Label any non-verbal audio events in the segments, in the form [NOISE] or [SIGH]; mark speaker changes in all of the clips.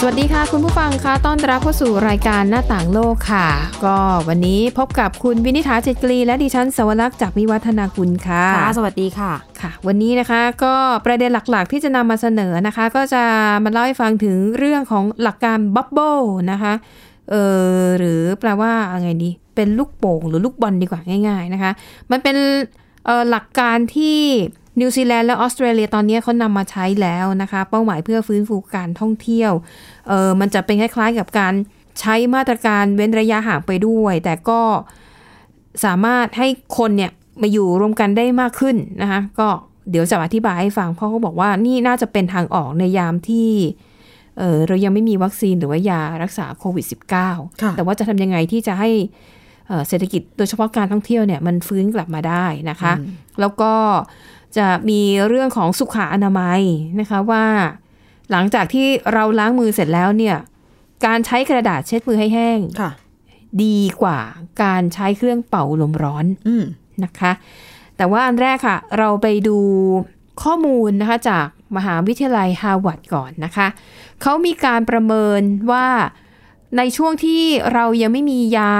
Speaker 1: สวัสดีค่ะ คุณผู้ฟังคะต้อนรับเข้าสู่รายการหน้าต่างโลกค่ะ ก็วันนี้พบกับคุณวินิษฐาจิตกรีและดิฉันสวรักษ์จากวิวัฒนาคุณค่ะ
Speaker 2: ค่ะสวัสดีค่ะ
Speaker 1: ค่ะ วันนี้นะคะก็ประเด็นหลักๆ ที่จะนำมาเสนอนะคะ ก็จะมาเล่าให้ฟังถึงเรื่องของหลักการบับเบิลนะคะเออหรือแปลว่าไงดี เป็นลูกโป่งหรือลูกบอลดีกว่าง่าย ๆนะคะ มันเป็นเอ่อหลักการที่นิวซีแลนด์และออสเตรเลียตอนนี้เขานำมาใช้แล้วนะคะ เป้าหมายเพื่อฟื้นฟูการท่องเที่ยว เออมันจะเป็นคล้ายๆกับการใช้มาตรการเว้นระยะห่างไปด้วย แต่ก็สามารถให้คนเนี่ยมาอยู่รวมกันได้มากขึ้นนะคะก็เดี๋ยวจะอธิบายให้ฟังเพราะเขาบอกว่านี่น่าจะเป็นทางออกในยามที่เออเรายังไม่มีวัคซีนหรือว่ายารักษาโควิด
Speaker 2: ค่ะ
Speaker 1: -19 แต่ว่าจะทำยังไงที่จะให้เอ่อเศรษฐกิจโดยเฉพาะการท่องเที่ยวเนี่ยมันฟื้นกลับมาได้นะคะ แล้วก็จะมีเรื่องของสุขอนามัยนะคะว่า หลังจากที่เราล้างมือเสร็จแล้วเนี่ย การใช้กระดาษเช็ดมือให้แห้ง
Speaker 2: ค่ะ
Speaker 1: ดีกว่าการใช้เครื่องเป่าลมร้อน
Speaker 2: อืม
Speaker 1: นะคะ แต่ว่าอันแรกค่ะ เราไปดูข้อมูลนะคะจากมหาวิทยาลัยฮาร์วาร์ดก่อนนะคะ เขามีการประเมินว่าในช่วงที่เรายังไม่มียา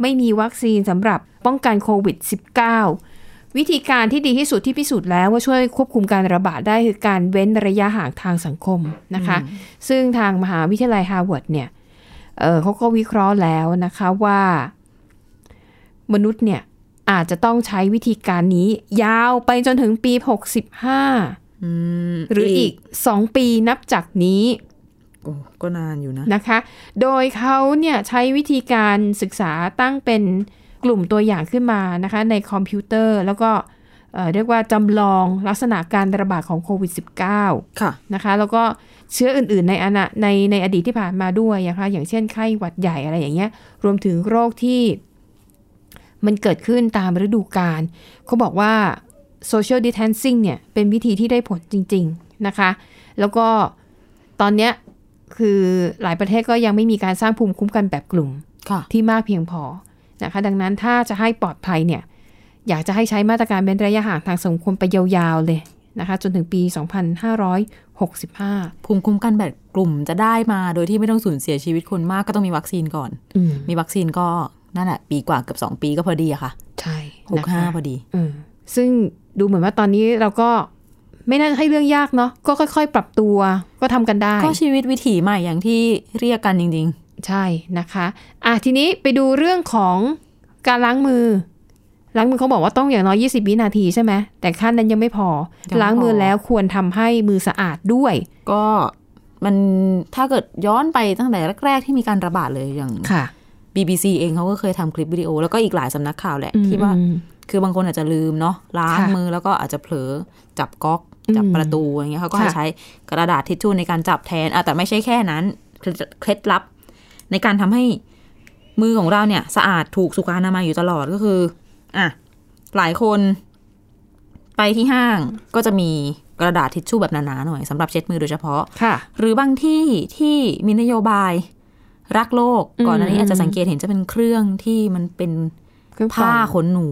Speaker 1: ไม่มีวัคซีนสำหรับป้องกันโควิด -19 วิธีการที่ดีที่สุดที่พิสูจน์แล้วว่าช่วยควบคุมการระบาดได้คือการเว้นระยะห่างทางสังคมนะคะ ซึ่งทางมหาวิทยาลัยฮาร์วาร์ดเนี่ยเอ่อเขาก็วิเคราะห์แล้วนะคะว่า มนุษย์เนี่ยอาจจะต้องใช้วิธีการนี้ยาวไปจนถึงปี 65
Speaker 2: อืม
Speaker 1: หรืออีก 2 ปีนับจากนี้
Speaker 2: โอ้ก็นานอยู่นะ
Speaker 1: นะคะ โดยเขาเนี่ยใช้วิธีการศึกษาตั้งเป็นกลุ่มตัวอย่างขึ้นมานะคะในคอมพิวเตอร์ แล้วก็เอ่อเรียกว่าจำลองลักษณะการระบาดของโควิด -19
Speaker 2: ค่ะ
Speaker 1: นะคะ แล้วก็เชื้ออื่นๆในอนาในในอดีตที่ผ่านมาด้วยนะคะอย่างเช่นไข้หวัดใหญ่อะไรอย่างเงี้ย รวมถึงโรคที่มันเกิดขึ้นตามฤดูกาลเขาบอกว่า social distancing เนี่ยเป็นวิธีที่ได้ผลจริง ๆ นะคะ แล้วก็ตอนเนี้ยคือหลายประเทศก็ยังไม่มีการสร้างภูมิคุ้มกันแบบกลุ่ม
Speaker 2: ค่ะ
Speaker 1: ที่มากเพียงพอนะคะ ดังนั้นถ้าจะให้ปลอดภัยเนี่ย อยากจะให้ใช้มาตรการเว้นระยะห่างทางสังคมไปยาวๆเลยนะคะ จนถึงปี 2565
Speaker 2: ภูมิคุ้มกันแบบกลุ่มจะได้มาโดยที่ไม่ต้องสูญเสียชีวิตคนมากก็ต้องมีวัคซีนก่อน
Speaker 1: อืม
Speaker 2: มีวัคซีนก็นั่นแหละปีกว่าเกือบสองปีก็พอดีอะค่ะ
Speaker 1: ใช่
Speaker 2: หก
Speaker 1: นะคะ
Speaker 2: ห้าพอดี
Speaker 1: อืมซึ่งดูเหมือนว่าตอนนี้เราก็ไม่น่าจะให้เรื่องยากเนาะก็ค่อยๆ ปรับตัวก็ทำกันได้
Speaker 2: ก็ชีวิตวิถีใหม่อย่างที่เรียกกันจริง
Speaker 1: ใช่นะคะอ่ะทีนี้ไปดูเรื่องของการล้างมือ ล้างมือเขาบอกว่าต้องอย่างน้อย 20 วินาทีใช่ไหม แต่ขั้นนั้นยังไม่พอ
Speaker 2: ยังไม่พอ
Speaker 1: ล้างมือแล้วควรทำให้มือสะอาดด้วย
Speaker 2: ๆ ก็มันถ้าเกิดย้อนไปตั้งแต่แรก ๆ ที่มีการระบาดเลยอย่าง
Speaker 1: ค่ะ
Speaker 2: BBC เองเขาก็เคยทำคลิปวิดีโอ แล้วก็อีกหลายสำนักข่าวแหละที่ว่า คือบางคนอาจจะลืมเนาะล้าง
Speaker 1: ค่ะ
Speaker 2: มือแล้วก็อาจจะเผลอจับก๊อกจับ
Speaker 1: อืม
Speaker 2: ประตูอย่างเงี้ยเขาก็ให้
Speaker 1: ค่ะ
Speaker 2: ใช้กระดาษทิชชู่ในการจับแทนอ่ะแต่ไม่ใช่แค่นั้นเคล็ดเคล็ดลับ ในการทำให้มือของเราเนี่ย สะอาดถูกสุขอนามัยอยู่ตลอดก็คืออ่ะหลายคนไปที่ห้างก็จะมีกระดาษทิชชู่แบบหนาๆหน่อยสำหรับเช็ดมือโดยเฉพาะ
Speaker 1: ค่ะ
Speaker 2: หรือบางที่ที่มีนโยบายรักโลกก่อนหน้านี้
Speaker 1: อืม
Speaker 2: อาจจะสังเกตเห็นจะเป็นเครื่องที่มันเป็น
Speaker 1: เครื่อง
Speaker 2: ผ้าขนหนู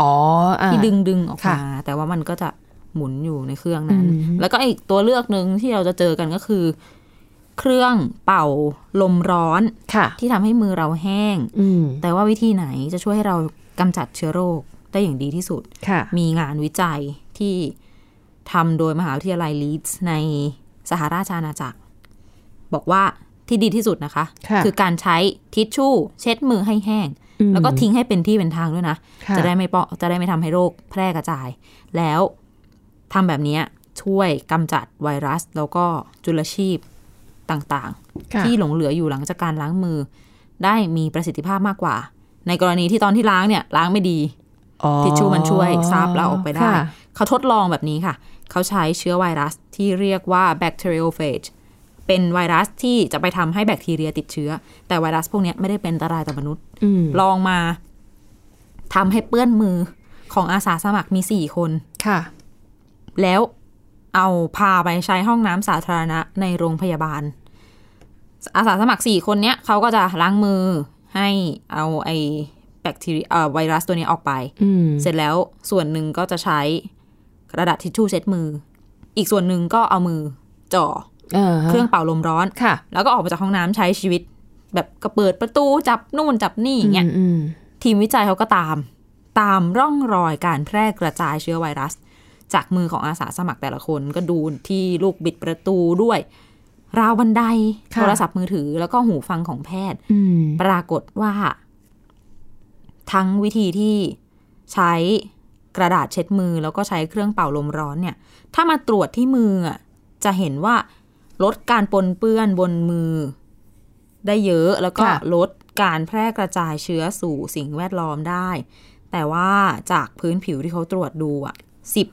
Speaker 1: อ๋ออ่า
Speaker 2: ที่ดึงดึงออก
Speaker 1: ค่ะ
Speaker 2: มา แต่ว่ามันก็จะหมุนอยู่ในเครื่องนั้น
Speaker 1: อืม
Speaker 2: แล้วก็อีกตัวเลือกหนึ่งที่เราจะเจอกันก็คือ เครื่องเป่าลมร้อน
Speaker 1: ค่ะ
Speaker 2: ที่ทำให้มือเราแห้ง
Speaker 1: อืม
Speaker 2: แต่ว่าวิธีไหนจะช่วยให้เรากำจัดเชื้อโรคได้อย่างดีที่สุด
Speaker 1: ค่ะ
Speaker 2: มีงานวิจัยที่ทำโดยมหาวิทยาลัยลีดส์ในสหราชอาณาจักร บอกว่าที่ดีที่สุดนะคะ
Speaker 1: ค่ะ
Speaker 2: อการใช้ทิชชู่ เช็ดมือให้แห้ง
Speaker 1: อืม
Speaker 2: แล้วก็ทิ้งให้เป็นที่เป็นทางด้วยนะ
Speaker 1: ค่
Speaker 2: จะได้ไม่ปอจะได้ไม่ทำให้โรคแพร่กระจาย แล้วทำแบบเนี้ยช่วยกำจัดไวรัส แล้วก็จุลชีพต่าง
Speaker 1: ค่ะ
Speaker 2: ๆ ที่หลงเหลืออยู่หลังจากการล้างมือ ได้มีประสิทธิภาพมากกว่า ในกรณีที่ตอนที่ล้างเนี่ยล้างไม่ดี
Speaker 1: อ๋อ
Speaker 2: ทิชชู่มันช่วยซับแล้วออกไปได้
Speaker 1: ค่ะ
Speaker 2: เขาทดลองแบบนี้ค่ะ เขาใช้เชื้อไวรัสที่เรียกว่า bacteriophage เป็นไวรัสที่จะไปทำให้แบคทีเรียติดเชื้อ แต่ไวรัสพวกเนี้ยไม่ได้เป็นอันตรายต่อมนุษย์
Speaker 1: อืม
Speaker 2: ลองมาทำให้เปื้อนมือของอาสาสมัครมีสี่คน
Speaker 1: ค่ะ
Speaker 2: แล้วเอาพาไปใช้ห้องน้ำสาธารณะในโรงพยาบาล อาสาสมัครสี่คนเนี้ยเขาก็จะล้างมือให้เอาไอแบคทีเรียเอ่อไวรัสตัวเนี้ยออกไป
Speaker 1: อืม
Speaker 2: เสร็จแล้วส่วนหนึ่งก็จะใช้กระดาษทิชชู่เช็ดมือ อีกส่วนหนึ่งก็เอามือจ่อ
Speaker 1: เออ
Speaker 2: เครื่องเป่าลมร้อน
Speaker 1: ค่ะ
Speaker 2: แล้วก็ออกมาจากห้องน้ำใช้ชีวิต แบบกระเปิดประตูจับนู่นจับนี่อย่างเงี้ย
Speaker 1: อืม
Speaker 2: ทีมวิจัยเขาก็ตาม ตามร่องรอยการแพร่กระจายเชื้อไวรัส จากมือของอาสาสมัครแต่ละคนก็ดูที่ลูกบิดประตูด้วย ราวบันไดโทรศัพท์มือถือแล้วก็หูฟังของแพทย์
Speaker 1: อืม
Speaker 2: ปรากฏว่า ทั้งวิธีที่ใช้กระดาษเช็ดมือ แล้วก็ใช้เครื่องเป่าลมร้อนเนี่ย ถ้ามาตรวจที่มืออะจะเห็นว่าลดการปนเปื้อนบนมือ ได้เยอะแล้วก็ลดการแพร่กระจายเชื้อสู่สิ่งแวดล้อมได้ แต่ว่าจากพื้นผิวที่เขาตรวจดูอะสิบ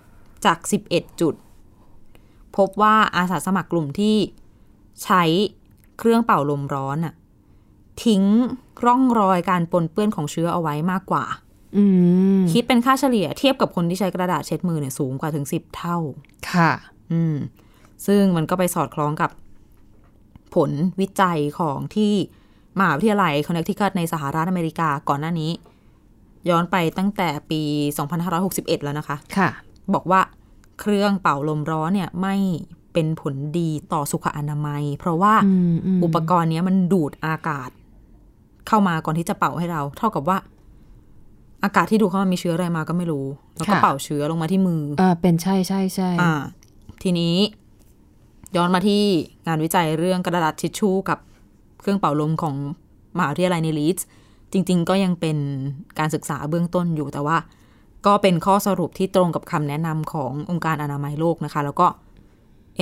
Speaker 2: จากสิบเอ็ดจุด พบว่าอาสาสมัครกลุ่มที่ใช้เครื่องเป่าลมร้อนอะ ทิ้งร่องรอยการปนเปื้อนของเชื้อเอาไว้มากกว่า
Speaker 1: อืม
Speaker 2: คิดเป็นค่าเฉลี่ยเทียบกับคนที่ใช้กระดาษเช็ดมือเนี่ยสูงกว่าถึงสิบเท่า
Speaker 1: ค่ะ
Speaker 2: อืม ซึ่งมันก็ไปสอดคล้องกับผลวิจัยของที่มหาวิทยาลัยคอนเนคทิคัตในสหรัฐอเมริกาก่อนหน้านี้ ย้อนไปตั้งแต่ปี 2561 แล้วนะคะ
Speaker 1: ค่ะ
Speaker 2: บอกว่าเครื่องเป่าลมร้อนเนี่ยไม่เป็นผลดีต่อสุขอนามัย เพราะว่า
Speaker 1: อืมอืม
Speaker 2: อุปกรณ์เนี้ยมันดูดอากาศ เข้ามาก่อนที่จะเป่าให้เรา เท่ากับว่า อากาศที่ดูดเข้ามามีเชื้ออะไรมาก็ไม่รู้ แล้วก็เป่าเชื้อลงมาที่มือ
Speaker 1: อ่าเป็นใช่ใช่ใช่
Speaker 2: อ่า ทีนี้ย้อนมาที่งานวิจัยเรื่องกระดาษทิชชู่กับเครื่องเป่าลมของมหาวิทยาลัยในลีดส์จริง ๆ ก็ยังเป็นการศึกษาเบื้องต้นอยู่แต่ว่า ก็เป็นข้อสรุปที่ตรงกับคำแนะนำขององค์การอนามัยโลกนะคะ แล้วก็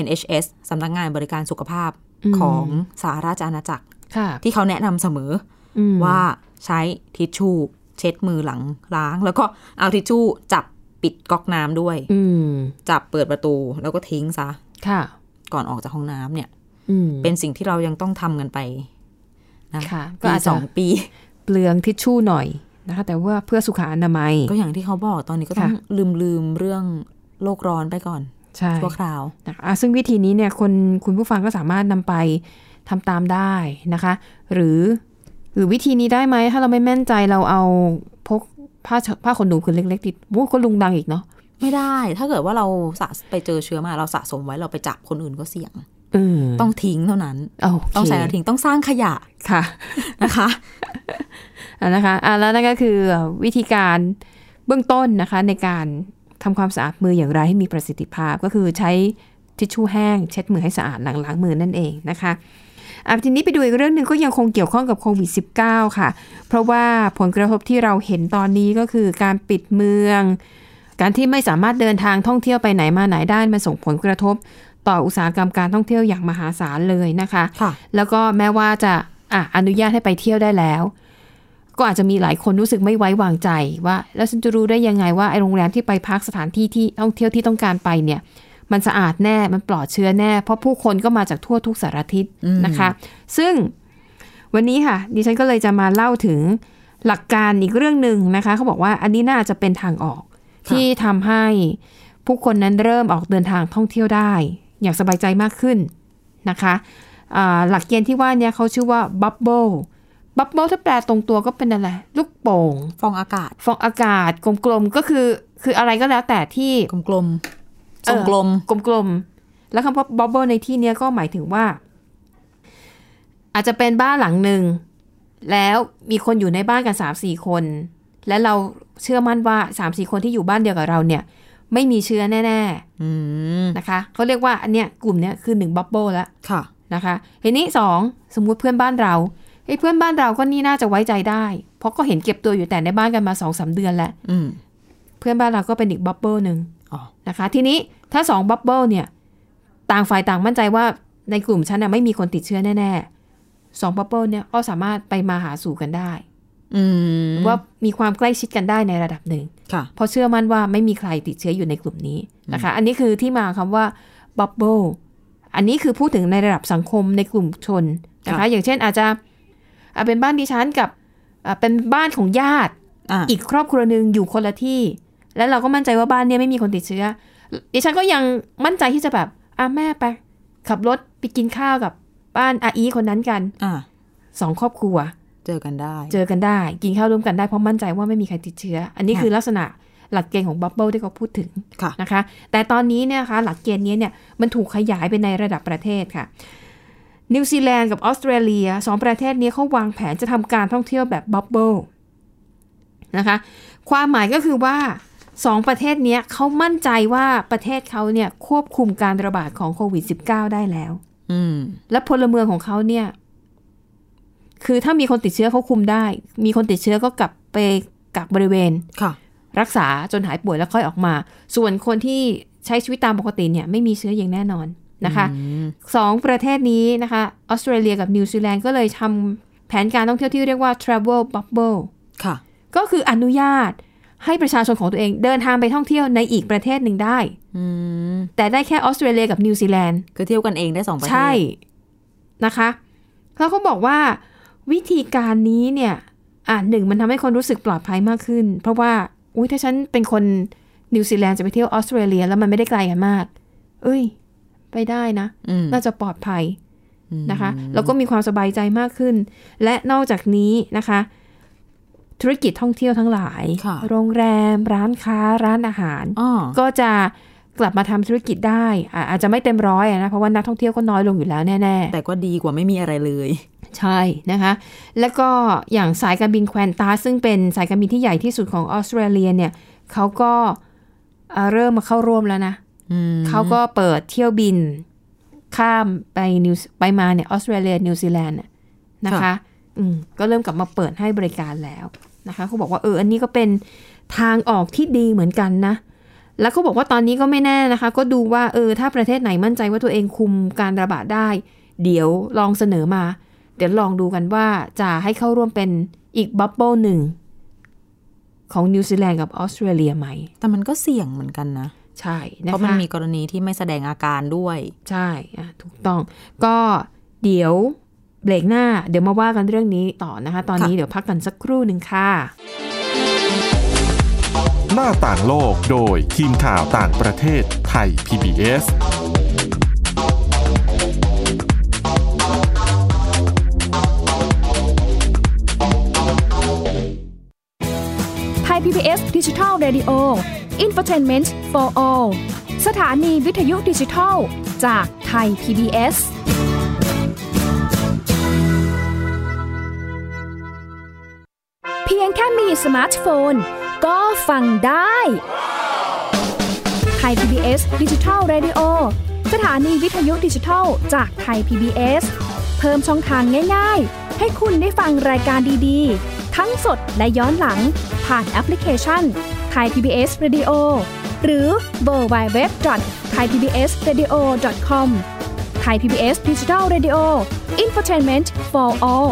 Speaker 2: NHS สำนักงานบริการสุขภาพของสหราชอาณาจักร
Speaker 1: ค่ะ
Speaker 2: ที่เขาแนะนำเสมอ
Speaker 1: อืม
Speaker 2: อว่าใช้ทิชชู่เช็ดมือหลังล้าง แล้วก็เอาทิชชู่จับปิดก๊อกน้ำด้วย
Speaker 1: อืม
Speaker 2: จับเปิดประตูแล้วก็ทิ้งซะ
Speaker 1: ค่ะ
Speaker 2: ก่อนออกจากห้องน้ำเนี่ย
Speaker 1: อืม
Speaker 2: เป็นสิ่งที่เรายังต้องทำกันไปนะ
Speaker 1: ค่ะ ก็
Speaker 2: ปี
Speaker 1: อาจ
Speaker 2: ส
Speaker 1: จะ
Speaker 2: องปี
Speaker 1: เปลืองทิชชู่หน่อยนะคะ แต่ว่าเพื่อสุขอนามัย
Speaker 2: ก็อย่างที่เขาบอกตอนนี้ก็ต้องลืมลืมๆเรื่องโลกร้อนไปก่อน
Speaker 1: ใช่
Speaker 2: ชั่วคราว
Speaker 1: นะคะอ่ะซึ่งวิธีนี้เนี่ยคนคุณผู้ฟังก็สามารถนำไปทำตามได้นะคะ หรือหรือวิธีนี้ได้ไหม ถ้าเราไม่แม่นใจเราเอาพกผ้าเชผ้าขนหนูคือเล็กๆติดโอ้ก็ลุงดังอีกเนาะ
Speaker 2: ไม่ได้ ถ้าเกิดว่าเราสะไปเจอเชื้อมาเราสะสมไว้เราไปจับคนอื่นก็เสี่ยง
Speaker 1: เออ
Speaker 2: ต้องทิ้งเท่านั้น
Speaker 1: โอเค
Speaker 2: ต้องใช้แล้วทิ้งต้องสร้างขยะ
Speaker 1: ค่ะ
Speaker 2: นะคะ
Speaker 1: อ่ะนะคะอ่ะแล้วนั่นก็คือวิธีการเบื้องต้นนะคะ ในการทำความสะอาดมืออย่างไรให้มีประสิทธิภาพก็คือใช้ทิชชู่แห้งเช็ดมือให้สะอาดหลังล้างมือนั่นเองนะคะ อ่ะทีนี้ไปดูอีกเรื่องหนึ่งก็ยังคงเกี่ยวข้องกับโควิด -19 ค่ะ เพราะว่าผลกระทบที่เราเห็นตอนนี้ก็คือการปิดเมือง การที่ไม่สามารถเดินทางท่องเที่ยวไปไหนมาไหนได้มันส่งผลกระทบต่ออุตสาหกรรมการท่องเที่ยวอย่างมหาศาลเลยนะคะ
Speaker 2: ค่ะ
Speaker 1: แล้วก็แม้ว่าจะอะอนุญาตให้ไปเที่ยวได้แล้ว ก็อาจจะมีหลายคนรู้สึกไม่ไว้วางใจว่า แล้วฉันจะรู้ได้ยังไงว่าไอโรงแรมที่ไปพักสถานที่ที่ท่องเที่ยวที่ต้องการไปเนี่ย มันสะอาดแน่มันปลอดเชื้อแน่ เพราะผู้คนก็มาจากทั่วทุกสารทิศนะคะ ซึ่งวันนี้ค่ะ ดิฉันก็เลยจะมาเล่าถึงหลักการอีกเรื่องหนึ่งนะคะเขาบอกว่าอันนี้น่าจะเป็นทางออก ที่ทำให้ผู้คนนั้นเริ่มออกเดินทางท่องเที่ยวได้ อย่างสบายใจมากขึ้นนะคะอ่าหลักเกณฑ์ที่ว่าเนี่ยเขาชื่อว่าบับเบิลบับเบิลถ้าแปลตรงตัวก็เป็นอะไรลูกโป่ง
Speaker 2: ฟองอากาศ
Speaker 1: ฟองอากาศกลมๆก็คือ คืออะไรก็แล้วแต่ที่
Speaker 2: กลมๆทรงกลม
Speaker 1: กลมๆ แล้วคำว่าบ u b b l e ในที่เนี้ยก็หมายถึงว่า อาจจะเป็นบ้านหลังหนึ่ง แล้วมีคนอยู่ในบ้านกันสามสี่คน และเราเชื่อมั่นว่าสามสี่คนที่อยู่บ้านเดียวกับเราเนี่ย ไม่มีเชื้อแน่
Speaker 2: อืม
Speaker 1: ๆนะคะเขาเรียกว่าอันเนี้ยกลุ่มเนี้ยคือหนึ่งบับเบิลแล้ว
Speaker 2: ค่ะ
Speaker 1: นะคะทีนี้สองสมมุติเพื่อนบ้านเราไอ้ยเพื่อนบ้านเราก็นี่น่าจะไว้ใจได้ เพราะก็เห็นเก็บตัวอยู่แต่ในบ้านกันมาสองสามเดือนแล้ว
Speaker 2: อืม
Speaker 1: เพื่อนบ้านเราก็เป็นอีกบับเบิลหนึ่ง
Speaker 2: อ๋อ
Speaker 1: นะคะ ทีนี้ถ้าสองบับเบิลเนี่ย ต่างฝ่ายต่างมั่นใจว่าในกลุ่มฉันน่ะไม่มีคนติดเชื้อแน่ๆสองบับเบิลเนี่ยก็สามารถไปมาหาสู่กันได้
Speaker 2: อืม
Speaker 1: ว่ามีความใกล้ชิดกันได้ในระดับหนึ่ง
Speaker 2: ค่ะ
Speaker 1: เพราะเชื่อมั่นว่าไม่มีใครติดเชื้ออยู่ในกลุ่มนี้นะคะ อันนี้คือที่มาคำว่าบับเบิลอันนี้คือพูดถึงในระดับสังคมในกลุ่มชนนะคะ
Speaker 2: ค่ะ
Speaker 1: อย่างเช่นอาจจะอ่ะเป็นบ้านดิฉันกับอ่ะเป็นบ้านของญาติ
Speaker 2: อ่ะ
Speaker 1: อีกครอบครัวหนึ่งอยู่คนละที่ แล้วเราก็มั่นใจว่าบ้านเนี่ยไม่มีคนติดเชื้อดิฉันก็ยังมั่นใจที่จะแบบอ่ะแม่ไปขับรถไปกินข้าวกับ บ้านอาอีคนนั้นกัน
Speaker 2: อ่ะ
Speaker 1: สองครอบครัว
Speaker 2: เจอกันได้
Speaker 1: เจอกันได้ กินข้าวร่วมกันได้เพราะมั่นใจว่าไม่มีใครติดเชื้อ อันนี้
Speaker 2: ค่ะ
Speaker 1: คือลักษณะหลักเกณฑ์ของบับเบิลที่เขาพูดถึง
Speaker 2: ค่ะ
Speaker 1: นะคะ แต่ตอนนี้เนี่ยนะคะ หลักเกณฑ์นี้เนี่ยมันถูกขยายไปในระดับประเทศค่ะ นิวซีแลนด์กับออสเตรเลียสองประเทศนี้เขาวางแผนจะทำการท่องเที่ยวแบบบับเบิลนะคะ ความหมายก็คือว่าสองประเทศเนี้ยเขามั่นใจว่าประเทศเขาเนี่ยควบคุมการระบาดของโควิด -19 ได้แล้ว
Speaker 2: อืม
Speaker 1: และพลเมืองของเขาเนี่ย คือถ้ามีคนติดเชื้อเขาคุมได้ มีคนติดเชื้อก็กลับไปกักบริเวณ
Speaker 2: ค่ะ
Speaker 1: รักษาจนหายป่วยแล้วค่อยออกมา ส่วนคนที่ใช้ชีวิตตามปกติเนี่ย ไม่มีเชื้ออย่างแน่นอนนะคะ
Speaker 2: อืม
Speaker 1: สองประเทศนี้นะคะออสเตรเลียกับนิวซีแลนด์ก็เลยทำแผนการท่องเที่ยวที่เรียกว่า travel bubble
Speaker 2: ค่ะ
Speaker 1: ก็คืออนุญาตให้ประชาชนของตัวเองเดินทางไปท่องเที่ยวในอีกประเทศหนึ่งได้
Speaker 2: อืม
Speaker 1: แต่ได้แค่ออสเตรเลียกับนิวซีแลนด์
Speaker 2: คือเที่ยวกันเองได้สองประเทศ
Speaker 1: ใช่นะคะ แล้วเขาบอกว่าวิธีการนี้เนี่ยอ่ะหนึ่งมันทำให้คนรู้สึกปลอดภัยมากขึ้น เพราะว่าอุ้ยถ้าฉันเป็นคนนิวซีแลนด์จะไปเที่ยวออสเตรเลีย แล้วมันไม่ได้ไกลกันมาก เอ้ย ไปได้นะ
Speaker 2: อืม
Speaker 1: น่าจะปลอดภัย
Speaker 2: อืม
Speaker 1: นะคะ แล้วก็มีความสบายใจมากขึ้น และนอกจากนี้นะคะ ธุรกิจท่องเที่ยวทั้งหลาย
Speaker 2: ค่ะ
Speaker 1: โรงแรม ร้านค้า ร้านอาหาร
Speaker 2: อ๋อ
Speaker 1: ก็จะกลับมาทำธุรกิจได้อ่ะอาจจะไม่เต็มร้อยอะนะเพราะว่านักท่องเที่ยวก็น้อยลงอยู่แล้วแน่
Speaker 2: แต่ก็ดีกว่าไม่มีอะไรเลย
Speaker 1: ๆ ใช่นะคะ แล้วก็อย่างสายการบินแควนตาซึ่งเป็นสายการบินที่ใหญ่ที่สุดของออสเตรเลียเนี่ยเขาก็เอ่อเริ่มมาเข้าร่วมแล้วนะ
Speaker 2: อืม
Speaker 1: เขาก็เปิดเที่ยวบินข้ามไปนิวไปมาเนี่ยออสเตรเลียนิวซีแลนด์น่ะนะคะ
Speaker 2: ค่ะ
Speaker 1: อืมก็เริ่มกลับมาเปิดให้บริการแล้วนะคะเขาบอกว่าเอออันนี้ก็เป็นทางออกที่ดีเหมือนกันนะ แล้วเขาบอกว่าตอนนี้ก็ไม่แน่นะคะ ก็ดูว่าเออถ้าประเทศไหนมั่นใจว่าตัวเองคุมการระบาดได้ เดี๋ยวลองเสนอมา เดี๋ยวลองดูกันว่าจะให้เข้าร่วมเป็นอีกบับเบิลหนึ่งของนิวซีแลนด์กับออสเตรเลียไหม
Speaker 2: แต่มันก็เสี่ยงเหมือนกันนะ
Speaker 1: ใช่นะคะ
Speaker 2: เพราะมันมีกรณีที่ไม่แสดงอาการด้วย
Speaker 1: ใช่อ่ะถูกต้อง ก็เดี๋ยวเบรกหน้า เดี๋ยวมาว่ากันเรื่องนี้ต่อนะคะ ตอนนี้
Speaker 2: ค่ะ
Speaker 1: เดี๋ยวพักกันสักครู่หนึ่งค่ะ
Speaker 3: หน้าต่างโลกโดยทีมข่าวต่างประเทศไทย PBS
Speaker 4: ไทย PBS ดิจิทัล Radio Infotainment for All สถานีวิทยุดิจิทัลจากไทย PBS เพียงแค่มีสมาร์ทโฟน ก็ฟังได้ไทย PBS ดิจิทัล Radio สถานีวิทยุดิจิทัลจากไทย PBS เพิ่มช่องทางง่าย ๆ ให้คุณได้ฟังรายการดีๆ ทั้งสดและย้อนหลัง ผ่านแอปพลิเคชันไทย PBS Radio หรือเวอร์บายเว็บไทยพีบีเอสเรดิโอคอมไทยพีบีเอสดิจิทัลเรดิโออินฟอร์ทนเมนต์ for all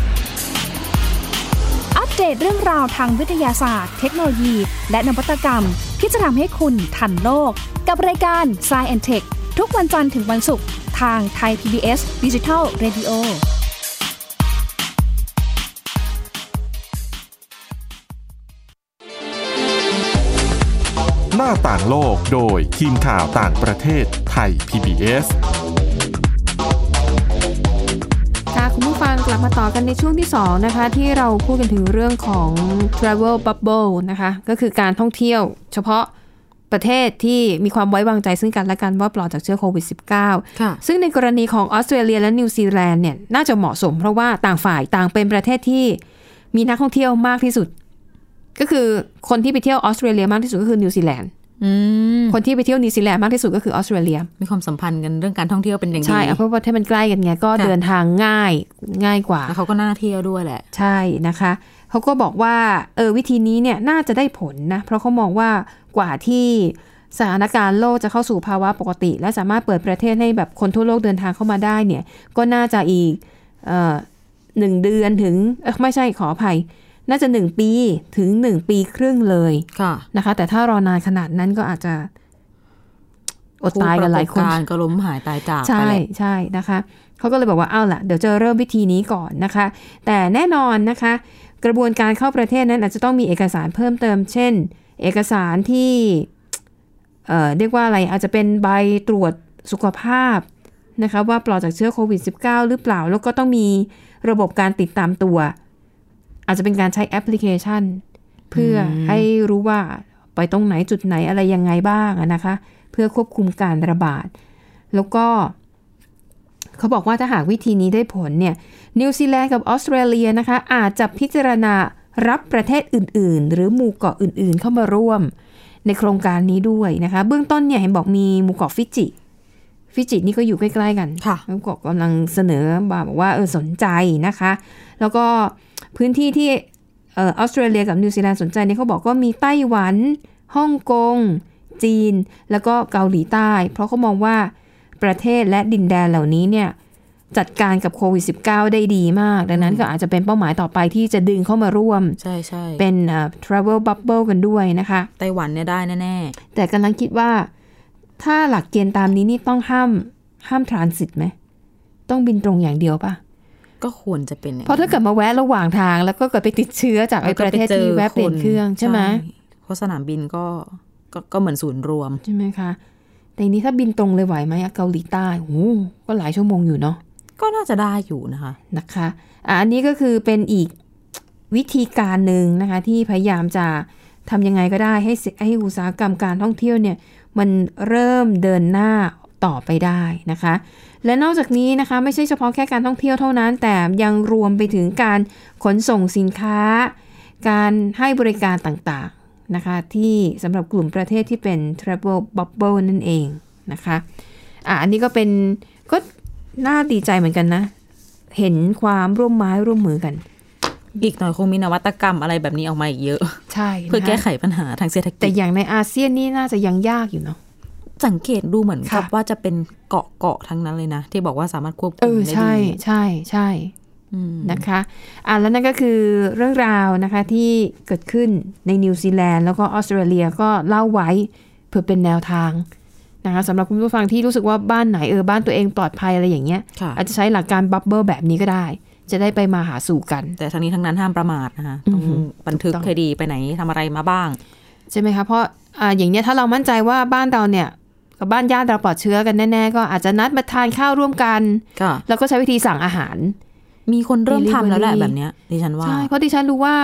Speaker 4: อัปเดตเรื่องราวทางวิทยาศาสตร์ เทคโนโลยี และนวัตกรรม ที่จะทำให้คุณทันโลก กับรายการ s c i e n d Tech ทุกวันจันทร์ถึงวันศุกร์ทางไทย PBS Digital Radio
Speaker 3: หน้าต่างโลกโดยทีมข่าวต่างประเทศไทย PBS
Speaker 1: ค่ะคุณผู้ฟังกลับมาต่อกันในช่วงที่ 2 นะคะ ที่เราพูดกันถึงเรื่องของ travel bubble นะคะ ก็คือการท่องเที่ยวเฉพาะ ประเทศที่มีความไว้วางใจซึ่งกันและกันว่าปลอดจากเชื้อโควิด
Speaker 2: ค่ะ
Speaker 1: -19 ซึ่งในกรณีของออสเตรเลียและนิวซีแลนด์เนี่ยน่าจะเหมาะสมเพราะว่าต่างฝ่ายต่างเป็นประเทศที่มีนักท่องเที่ยวมากที่สุด ก็คือคนที่ไปเที่ยวออสเตรเลียมากที่สุดก็คือนิวซีแลนด์
Speaker 2: อืม
Speaker 1: คนที่ไปเที่ยวนิวซีแลนด์มากที่สุดก็คือออสเตรเลีย
Speaker 2: มีความสัมพันธ์กันเรื่องการท่องเที่ยวเป็นอย่างดี
Speaker 1: ใช่เอาเพราะว่าถ้ามันใกล้กันไงก็
Speaker 2: ค่ะ
Speaker 1: เดินทางง่ายง่ายกว่า
Speaker 2: แล้วเขาก็น่าเที่ยวด้วยแหละ
Speaker 1: ใช่นะคะเขาก็บอกว่าเออวิธีนี้เนี่ยน่าจะได้ผลนะ เพราะเขามองว่ากว่าที่สถานการณ์โลกจะเข้าสู่ภาวะปกติ และสามารถเปิดประเทศให้แบบคนทั่วโลกเดินทางเข้ามาได้เนี่ยก็น่าจะอีกเอ่อหนึ่งเดือนถึงเอ้อไม่ใช่ขออภัย น่าจะหนึ่งปีถึงหนึ่งปีครึ่งเลย
Speaker 2: ค่ะ
Speaker 1: นะคะ แต่ถ้ารอนานขนาดนั้นก็อาจจะอดตายกันหลายค
Speaker 2: ผู้ประกอบ
Speaker 1: น
Speaker 2: การก็ล้มหายตายจาก
Speaker 1: ใช่
Speaker 2: ไปแหละ
Speaker 1: ใช่นะคะเขาก็เลยบอกว่าเอาล่ะเดี๋ยวจะเริ่มวิธีนี้ก่อนนะคะ แต่แน่นอนนะคะ กระบวนการเข้าประเทศนั้นอาจจะต้องมีเอกสารเพิ่มเติม เช่น เอกสารที่เอ่อเรียกว่าอะไรอาจจะเป็นใบตรวจสุขภาพนะคะว่าปลอดจากเชื้อโควิด -19 หรือเปล่า แล้วก็ต้องมีระบบการติดตามตัว อาจจะเป็นการใช้แอปพลิเคชัน เพื่ออให้รู้ว่าไปตรงไหนจุดไหนอะไรยังไงบ้างอะนะคะ เพื่อควบคุมการระบาด แล้วก็ เขาบอกว่าถ้าหากวิธีนี้ได้ผลเนี่ยนิวซีแลนด์กับออสเตรเลียนะคะ อาจจะพิจารณารับประเทศอื่น ๆ หรือหมู่เกาะอื่น ๆ เข้ามาร่วม ในโครงการนี้ด้วยนะคะ เบื้องต้นเนี่ยเห็นบอกมีหมู่เกาะฟิจิ ฟิจินี่ก็อยู่ใกล้ๆกัน
Speaker 2: ค่ะ
Speaker 1: หมู่เกาะกำลังเสนอมาบอกว่าเออสนใจนะคะ แล้วก็พื้นที่ที่เอ่อออสเตรเลียกับนิวซีแลนด์สนใจเนี่ยเขาบอกว่ามีไต้หวันฮ่องกง จีน แล้วก็เกาหลีใต้ เพราะเขามองว่าประเทศและดินแดนเหล่านี้เนี่ย จัดการกับโควิด -19 ได้ดีมาก ดังนั้นก็อาจจะเป็นเป้าหมายต่อไปที่จะดึงเข้ามาร่วม
Speaker 2: ใช่ใช่
Speaker 1: เป็นเอ่อ travel bubble กันด้วยนะคะ
Speaker 2: ไต้หวันเนี่ยได้แน่
Speaker 1: แต่กำลังคิดว่าถ้าหลักเกณฑ์ตามนี้นี่ต้องห้ามห้ามทรานสิตไหม ต้องบินตรงอย่างเดียวป่ะ
Speaker 2: ๆ ก็ควรจะเป็นอย่ง
Speaker 1: เพราะถ้าเกิดมาแวะระหว่างทาง แล้วก็เกิดไปติดเชื้อจากไอ้ประเทศที่แวะเปลี่ยนเครื่องใช่ไหม
Speaker 2: เพราะสนามบินก็ก็ก็เหมือนศูนย์รวม
Speaker 1: ใช่ไหมคะ แต่ทีนี้ถ้าบินตรงเลยไหวไหมอะเกาหลีใต้โอ้โหก็หลายชั่วโมงอยู่เนาะ
Speaker 2: ก็น่าจะได้อยู่นะคะ
Speaker 1: นะคะอ่ะอันนี้ก็คือเป็นอีกวิธีการหนึ่งนะคะ ที่พยายามจะทำยังไงก็ได้ให้เสให้อุตสาหกรรมการท่องเที่ยวเนี่ย มันเริ่มเดินหน้าต่อไปได้นะคะ และนอกจากนี้นะคะ ไม่ใช่เฉพาะแค่การท่องเที่ยวเท่านั้น แต่ยังรวมไปถึงการขนส่งสินค้า การให้บริการต่างๆนะคะ ที่สำหรับกลุ่มประเทศที่เป็น travel bubble นั่นเองนะคะอ่ะอันนี้ก็เป็นก็น่าดีใจเหมือนกันนะ เห็นความร่วมไม้ร่วมมือกัน
Speaker 2: อีกหน่อยคงมีนวัตกรรมอะไรแบบนี้ออกมาอีกเยอะ
Speaker 1: ใช่
Speaker 2: เพื่อแก้ไขปัญหาทางเศรษฐกิ
Speaker 1: แต่
Speaker 2: จ
Speaker 1: อย่างในอาเซียนนี่น่าจะยังยากอยู่เนาะ
Speaker 2: สังเกตดูเหมือนกับ
Speaker 1: ค่ะ
Speaker 2: ว่าจะเป็นเกาะเกาะๆทั้งนั้นเลยนะ ที่บอกว่าสามารถควบคุมได้
Speaker 1: ใช่
Speaker 2: ดี
Speaker 1: ใช่ใช่
Speaker 2: อืม
Speaker 1: นะคะอ่ะแล้วนั่นก็คือเรื่องราวนะคะที่เกิดขึ้นในนิวซีแลนด์แล้วก็ออสเตรเลียก็เล่าไว้เพื่อเป็นแนวทางนะคะสำหรับคุณผู้ฟังที่รู้สึกว่าบ้านไหนเออบ้านตัวเองปลอดภัยอะไรอย่างเงี้ย
Speaker 2: ค่ะ
Speaker 1: อาจจะใช้หลักการบับเบิลแบบนี้ก็ได้ จะได้ไปมาหาสู่กัน
Speaker 2: แต่ทั้งนี้ทั้งนั้นห้ามประมาทนะคะต้องบันทึก
Speaker 1: ถูกต้อง
Speaker 2: ให้ดีไปไหนทำอะไรมาบ้าง
Speaker 1: ใช่ไหมคะเพราะอ่าอย่างเนี้ยถ้าเรามั่นใจว่าบ้านเราเนี่ยกับบ้านญาติเราปลอดเชื้อกันแน่ๆ ก็อาจจะนัดมาทานข้าวร่วมกัน
Speaker 2: ค่ะ
Speaker 1: แล้วก็ใช้วิธีสั่งอาหาร
Speaker 2: มีคนเริ่มทำแล้วแหละ
Speaker 1: Delivery
Speaker 2: แบบเนี้ยดิฉันว่า
Speaker 1: ใช่เพราะดิฉันรู้ว่า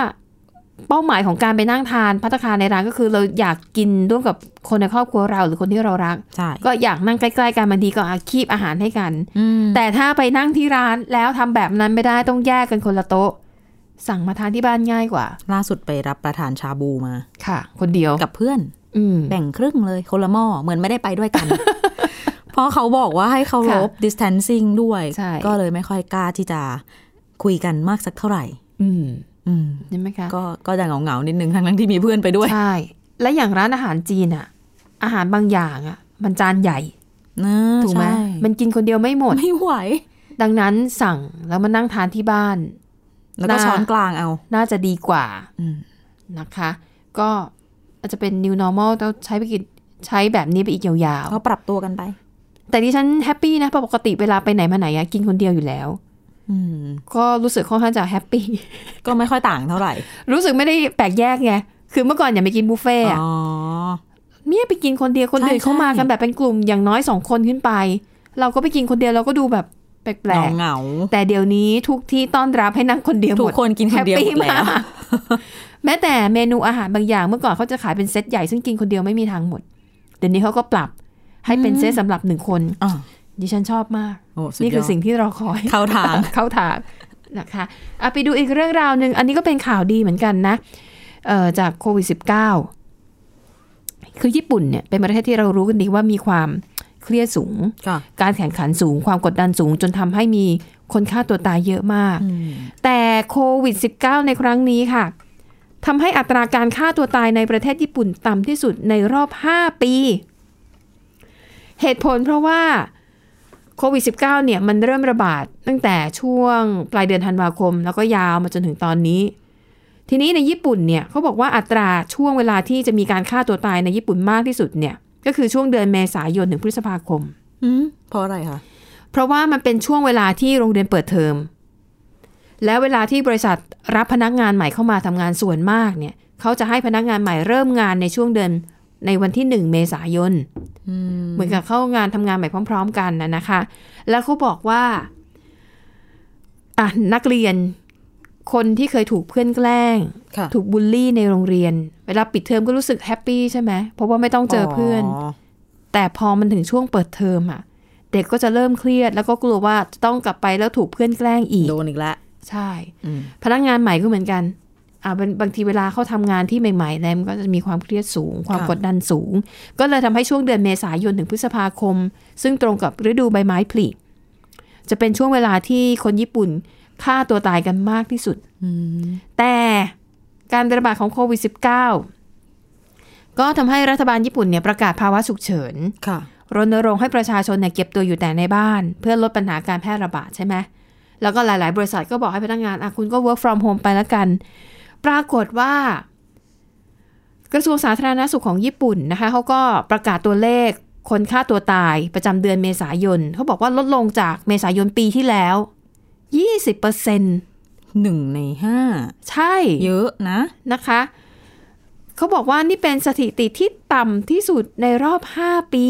Speaker 1: เป้าหมายของการไปนั่งทานพัตตาคารในร้านก็คือเราอยากกินร่วมกับคนในครอบครัวเราหรือคนที่เรารัก
Speaker 2: ใช่
Speaker 1: ก็อยากนั่งใกล้ๆกันบางทีก็อาคีบอาหารให้กัน
Speaker 2: อืม
Speaker 1: แต่ถ้าไปนั่งที่ร้านแล้วทำแบบนั้นไม่ได้ต้องแยกกันคนละโต๊ะ สั่งมาทานที่บ้านง่ายกว่า
Speaker 2: ล่าสุดไปรับประทานชาบูมา
Speaker 1: ค่ะ คนเดียว
Speaker 2: กับเพื่อน
Speaker 1: อืม
Speaker 2: แบ่งครึ่งเลยคนละหม้อเหมือนไม่ได้ไปด้วยกัน [LAUGHS] เพราะเขาบอกว่าให้เคารพ distancing ด้วย
Speaker 1: ใช่
Speaker 2: ก็เลยไม่ค่อยกล้าที่จะคุยกันมากสักเท่าไหร่
Speaker 1: อืม
Speaker 2: อืม
Speaker 1: ใช่ไหมคะ
Speaker 2: ก็ก็จะเหงาเหงาๆนิดนึงทั้งทั้งๆที่มีเพื่อนไปด้วย
Speaker 1: ใช่ และอย่างร้านอาหารจีนอะอาหารบางอย่างอะมันจานใหญ่
Speaker 2: นะ
Speaker 1: ถูกไหม
Speaker 2: ใช่
Speaker 1: มันกินคนเดียวไม่หมด
Speaker 2: ไม่ไหว
Speaker 1: ดังนั้นสั่งแล้วมานั่งทานที่บ้าน
Speaker 2: แล้วก็
Speaker 1: น่า
Speaker 2: ช้อนกลางเอา
Speaker 1: น่าจะดีกว่า
Speaker 2: อืม
Speaker 1: นะคะ ก็อาจจะเป็น new normal ต้องใช้ไปกินใช้แบบนี้ไปอีกยาว
Speaker 2: ก็ปรับตัวกันไป
Speaker 1: ๆ แต่ดิฉันแฮปปี้นะเพราะปกติเวลาไปไหนมาไหนอะกินคนเดียวอยู่แล้ว
Speaker 2: อืม
Speaker 1: ก็รู้สึกค่อนข้างจะแฮปปี้ [LAUGHS]
Speaker 2: ก็ไม่ค่อยต่างเท่าไหร่
Speaker 1: รู้สึกไม่ได้แปลกแยกไงคือเมื่อก่อนอย่าไปกินบุฟเฟ่ต์อะ
Speaker 2: อ๋อ
Speaker 1: เนี่ยไปกินคนเดียวคน
Speaker 2: ใช่
Speaker 1: อื่นเข้า
Speaker 2: ใช่
Speaker 1: มากันแบบเป็นกลุ่มอย่างน้อยสองคนขึ้นไป เราก็ไปกินคนเดียวเราก็ดูแบบแป
Speaker 2: เห
Speaker 1: ล
Speaker 2: งาก เหงา
Speaker 1: ๆแต่เดี๋ยวนี้ทุกที่ต้อนรับให้นั่งคนเดียวหมด
Speaker 2: ทุกคนกินคนเดียว
Speaker 1: แฮปปี้
Speaker 2: หมดแล้ว
Speaker 1: มากแม้แต่เมนูอาหารบางอย่างเมื่อก่อนเขาจะขายเป็นเซตใหญ่ซึ่งกินคนเดียวไม่มีทางหมด เดี๋ยวนี้เขาก็ปรับให้เป็นเซตสำหรับหนึ่งคน
Speaker 2: อ่า
Speaker 1: ดิฉันชอบมาก
Speaker 2: โอ้สุดยอด
Speaker 1: นี่คือสิ่งที่รอคอย
Speaker 2: เข้าทาง
Speaker 1: [LAUGHS] เข้าทางนะคะเอาไปดูอีกเรื่องราวหนึ่ง อันนี้ก็เป็นข่าวดีเหมือนกันนะเอ่อจากโควิด -19 คือญี่ปุ่นเนี่ยเป็นประเทศที่เรารู้กันดีว่ามีความเครียดสูง
Speaker 2: ค่ะ
Speaker 1: การแข่งขันสูง ความกดดันสูง จนทำให้มีคนฆ่าตัวตายเยอะมาก แต่โควิด -19 ในครั้งนี้ค่ะทำให้อัตราการฆ่าตัวตายในประเทศญี่ปุ่นต่ำที่สุดในรอบ 5 ปี เหตุผลเพราะว่าโควิด -19 เนี่ยมันเริ่มระบาดตั้งแต่ช่วงปลายเดือนธันวาคม แล้วก็ยาวมาจนถึงตอนนี้ ทีนี้ในญี่ปุ่นเนี่ยเขาบอกว่าอัตราช่วงเวลาที่จะมีการฆ่าตัวตายในญี่ปุ่นมากที่สุดเนี่ยก็คือช่วงเดือนเมษายนถึงพฤษภาคม
Speaker 2: อืมเพราะอะไรคะ
Speaker 1: เพราะว่ามันเป็นช่วงเวลาที่โรงเรียนเปิดเทอม แล้วเวลาที่บริษัทรับพนักงานใหม่เข้ามาทำงานส่วนมากเนี่ยเขาจะให้พนักงานใหม่เริ่มงานในช่วงเดือนในวันที่ 1 เมษายน
Speaker 2: อืม
Speaker 1: เหมือนกับเข้างานทำงานใหม่พร้อม ๆ กันนะนะคะ แล้วเขาบอกว่าอ่ะนักเรียนคนที่เคยถูกเพื่อนแกล้ง
Speaker 2: ค่ะ
Speaker 1: ถูกบูลลี่ในโรงเรียน เวลาปิดเทอมก็รู้สึกแฮปปี้ใช่ไหมเพราะว่าไม่ต้องเจอเพื่อน แต่พอมันถึงช่วงเปิดเทอมอะเด็กก็จะเริ่มเครียด แล้วก็กลัวว่าจะต้องกลับไปแล้วถูกเพื่อนแกล้งอีก
Speaker 2: โดนอีกแล้ว
Speaker 1: ใช่
Speaker 2: อืม
Speaker 1: พนักงานใหม่ก็เหมือนกันอ่าเป็นบางทีเวลาเขาทำงานที่ใหม่ๆแล้วมันก็จะมีความเครียดสูง ความกดดันสูง ก็เลยทำให้ช่วงเดือนเมษายนถึงพฤษภาคม ซึ่งตรงกับฤดูใบไม้ผลิจะเป็นช่วงเวลาที่คนญี่ปุ่นฆ่าตัวตายกันมากที่สุด
Speaker 2: อืม
Speaker 1: แต่การระบาดของโควิด -19 ก็ทำให้รัฐบาลญี่ปุ่นเนี่ยประกาศภาวะฉุกเฉิน
Speaker 2: ค่ะ
Speaker 1: รณรงค์ให้ประชาชนเนี่ยเก็บตัวอยู่แต่ในบ้าน เพื่อลดปัญหาการแพร่ระบาดใช่ไหม แล้วก็หลาย ๆ บริษัทก็บอกให้พนักงานอ่ะคุณก็ work from home ไปแล้วกัน ปรากฏว่า กระทรวงสาธารณสุขของญี่ปุ่นนะคะเขาก็ประกาศตัวเลขคนฆ่าตัวตายประจำเดือนเมษายนเขาบอกว่าลดลงจากเมษายนปีที่แล้ว 20%
Speaker 2: หนึ่งในห้า
Speaker 1: ใช่
Speaker 2: เยอะนะ
Speaker 1: นะคะเขาบอกว่านี่เป็นสถิติที่ต่ำที่สุดในรอบ 5 ปี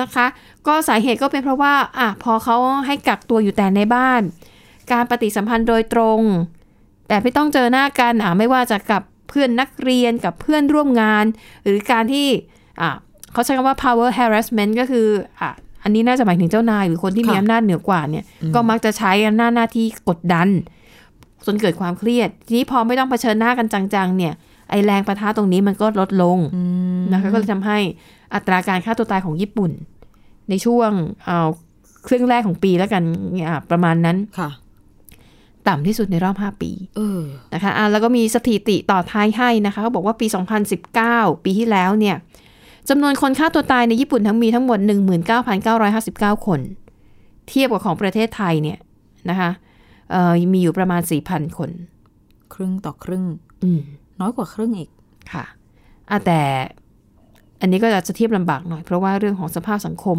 Speaker 1: นะคะ ก็สาเหตุก็เป็นเพราะว่าอ่ะพอเขาให้กักตัวอยู่แต่ในบ้าน การปฏิสัมพันธ์โดยตรง แต่ไม่ต้องเจอหน้ากันอ่ะไม่ว่าจะกับเพื่อนนักเรียนกับเพื่อนร่วมงาน หรือการที่อ่ะเขาใช้คำว่า power harassment ก็คืออ่ะอันนี้น่าจะหมายถึงเจ้านาย หรือคนที่มี
Speaker 2: ค่ะ
Speaker 1: อำนาจเหนือกว่าเนี่ยก็มักจะใช้อำนาจหน้าที่กดดัน จนเกิดความเครียด ทีนี้พอไม่ต้องเผชิญหน้ากันจังๆ เนี่ย ไอแรงประทะตรงนี้มันก็ลดลงนะคะ ก็เลยทำให้อัตราการฆ่าตัวตายของญี่ปุ่น ในช่วงเอาครึ่งแรกของปีแล้วกันอ่าประมาณนั้น
Speaker 2: ค่ะ
Speaker 1: ต่ำที่สุดในรอบ 5 ปี
Speaker 2: เออ
Speaker 1: นะคะอ่ะแล้วก็มีสถิติต่อท้ายให้นะคะเขาบอกว่าปี 2019 ปีที่แล้วเนี่ยจำนวนคนฆ่าตัวตายในญี่ปุ่นทั้งมีทั้งหมด 19,959 คน เทียบกับของประเทศไทยเนี่ยนะคะเอ่อมีอยู่ประมาณ 4,000 คน
Speaker 2: ครึ่งต่อครึ่ง
Speaker 1: อืม
Speaker 2: น้อยกว่าครึ่งอีก
Speaker 1: ค่ะอ่ะแต่อันนี้ก็อาจจะเทียบลำบากหน่อย เพราะว่าเรื่องของสภาพสังคม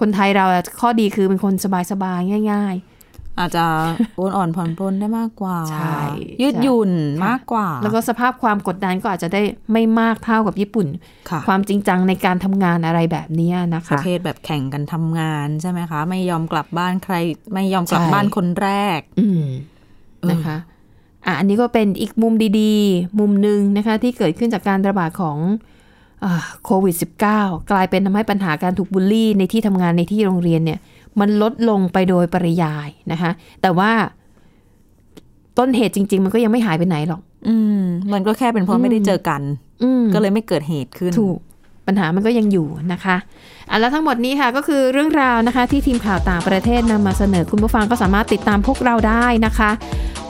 Speaker 1: คนไทยเราอะข้อดีคือเป็นคนสบายๆ ง่าย
Speaker 2: อาจจะ โอนอ่อนผ่อนปลนได้มากกว่า
Speaker 1: ใช่
Speaker 2: ยืด
Speaker 1: ใช่
Speaker 2: หยุ่นมากกว่า
Speaker 1: ๆ แล้วก็สภาพความกดดันก็อาจจะได้ไม่มากเท่ากับญี่ปุ่น
Speaker 2: ค่ะ
Speaker 1: ความจริงจังในการทำงานอะไรแบบเนี้ยนะ
Speaker 2: ป
Speaker 1: คะ
Speaker 2: ระเภทแบบแข่งกันทำงานใช่ไหมคะ ไม่ยอมกลับบ้านใคร ไม่ยอมกลับ
Speaker 1: ใช่
Speaker 2: บ้านคนแรก
Speaker 1: อืมนะคะอ่ะอันนี้ก็เป็นอีกมุมดีๆ มุมหนึ่งนะคะ ที่เกิดขึ้นจากการระบาดของอ่าโควิด -19 กลายเป็นทำให้ปัญหาการถูกบูลลี่ในที่ทำงานในที่โรงเรียนเนี่ย มันลดลงไปโดยปริยายนะคะ แต่ว่าต้นเหตุจริง ๆ มันก็ยังไม่หายไปไหนหรอก
Speaker 2: อืม มันก็แค่เป็นเพราะไม่ได้เจอกัน
Speaker 1: อืม
Speaker 2: ก็เลยไม่เกิดเหตุขึ้น
Speaker 1: ถูกปัญหามันก็ยังอยู่นะคะอ่ะแล้วทั้งหมดนี้ค่ะก็คือเรื่องราวนะคะ ที่ทีมข่าวต่างประเทศนำมาเสนอคุณผู้ฟังก็สามารถติดตามพวกเราได้นะคะ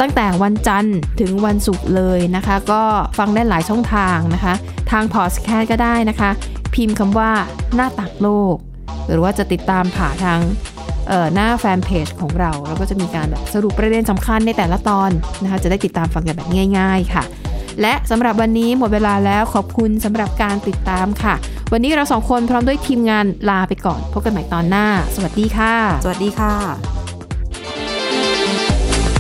Speaker 1: ตั้งแต่วันจันทร์ถึงวันศุกร์เลยนะคะ ก็ฟังได้หลายช่องทางนะคะ ทางพอดแคสต์ก็ได้นะคะ พิมพ์คำว่าหน้าต่างโลก หรือว่าจะติดตามผ่านทางเอ่อหน้าแฟนเพจของเรา แล้วก็จะมีการแบบสรุปประเด็นสำคัญในแต่ละตอนนะคะ จะได้ติดตามฟังกันแบบง่าย ๆ ค่ะ และสำหรับวันนี้หมดเวลาแล้วขอบคุณสำหรับการติดตามค่ะ วันนี้เราสองคนพร้อมด้วยทีมงานลาไปก่อน พบกันใหม่ตอนหน้า สวัสดีค่ะ
Speaker 2: สวัสดีค่ะ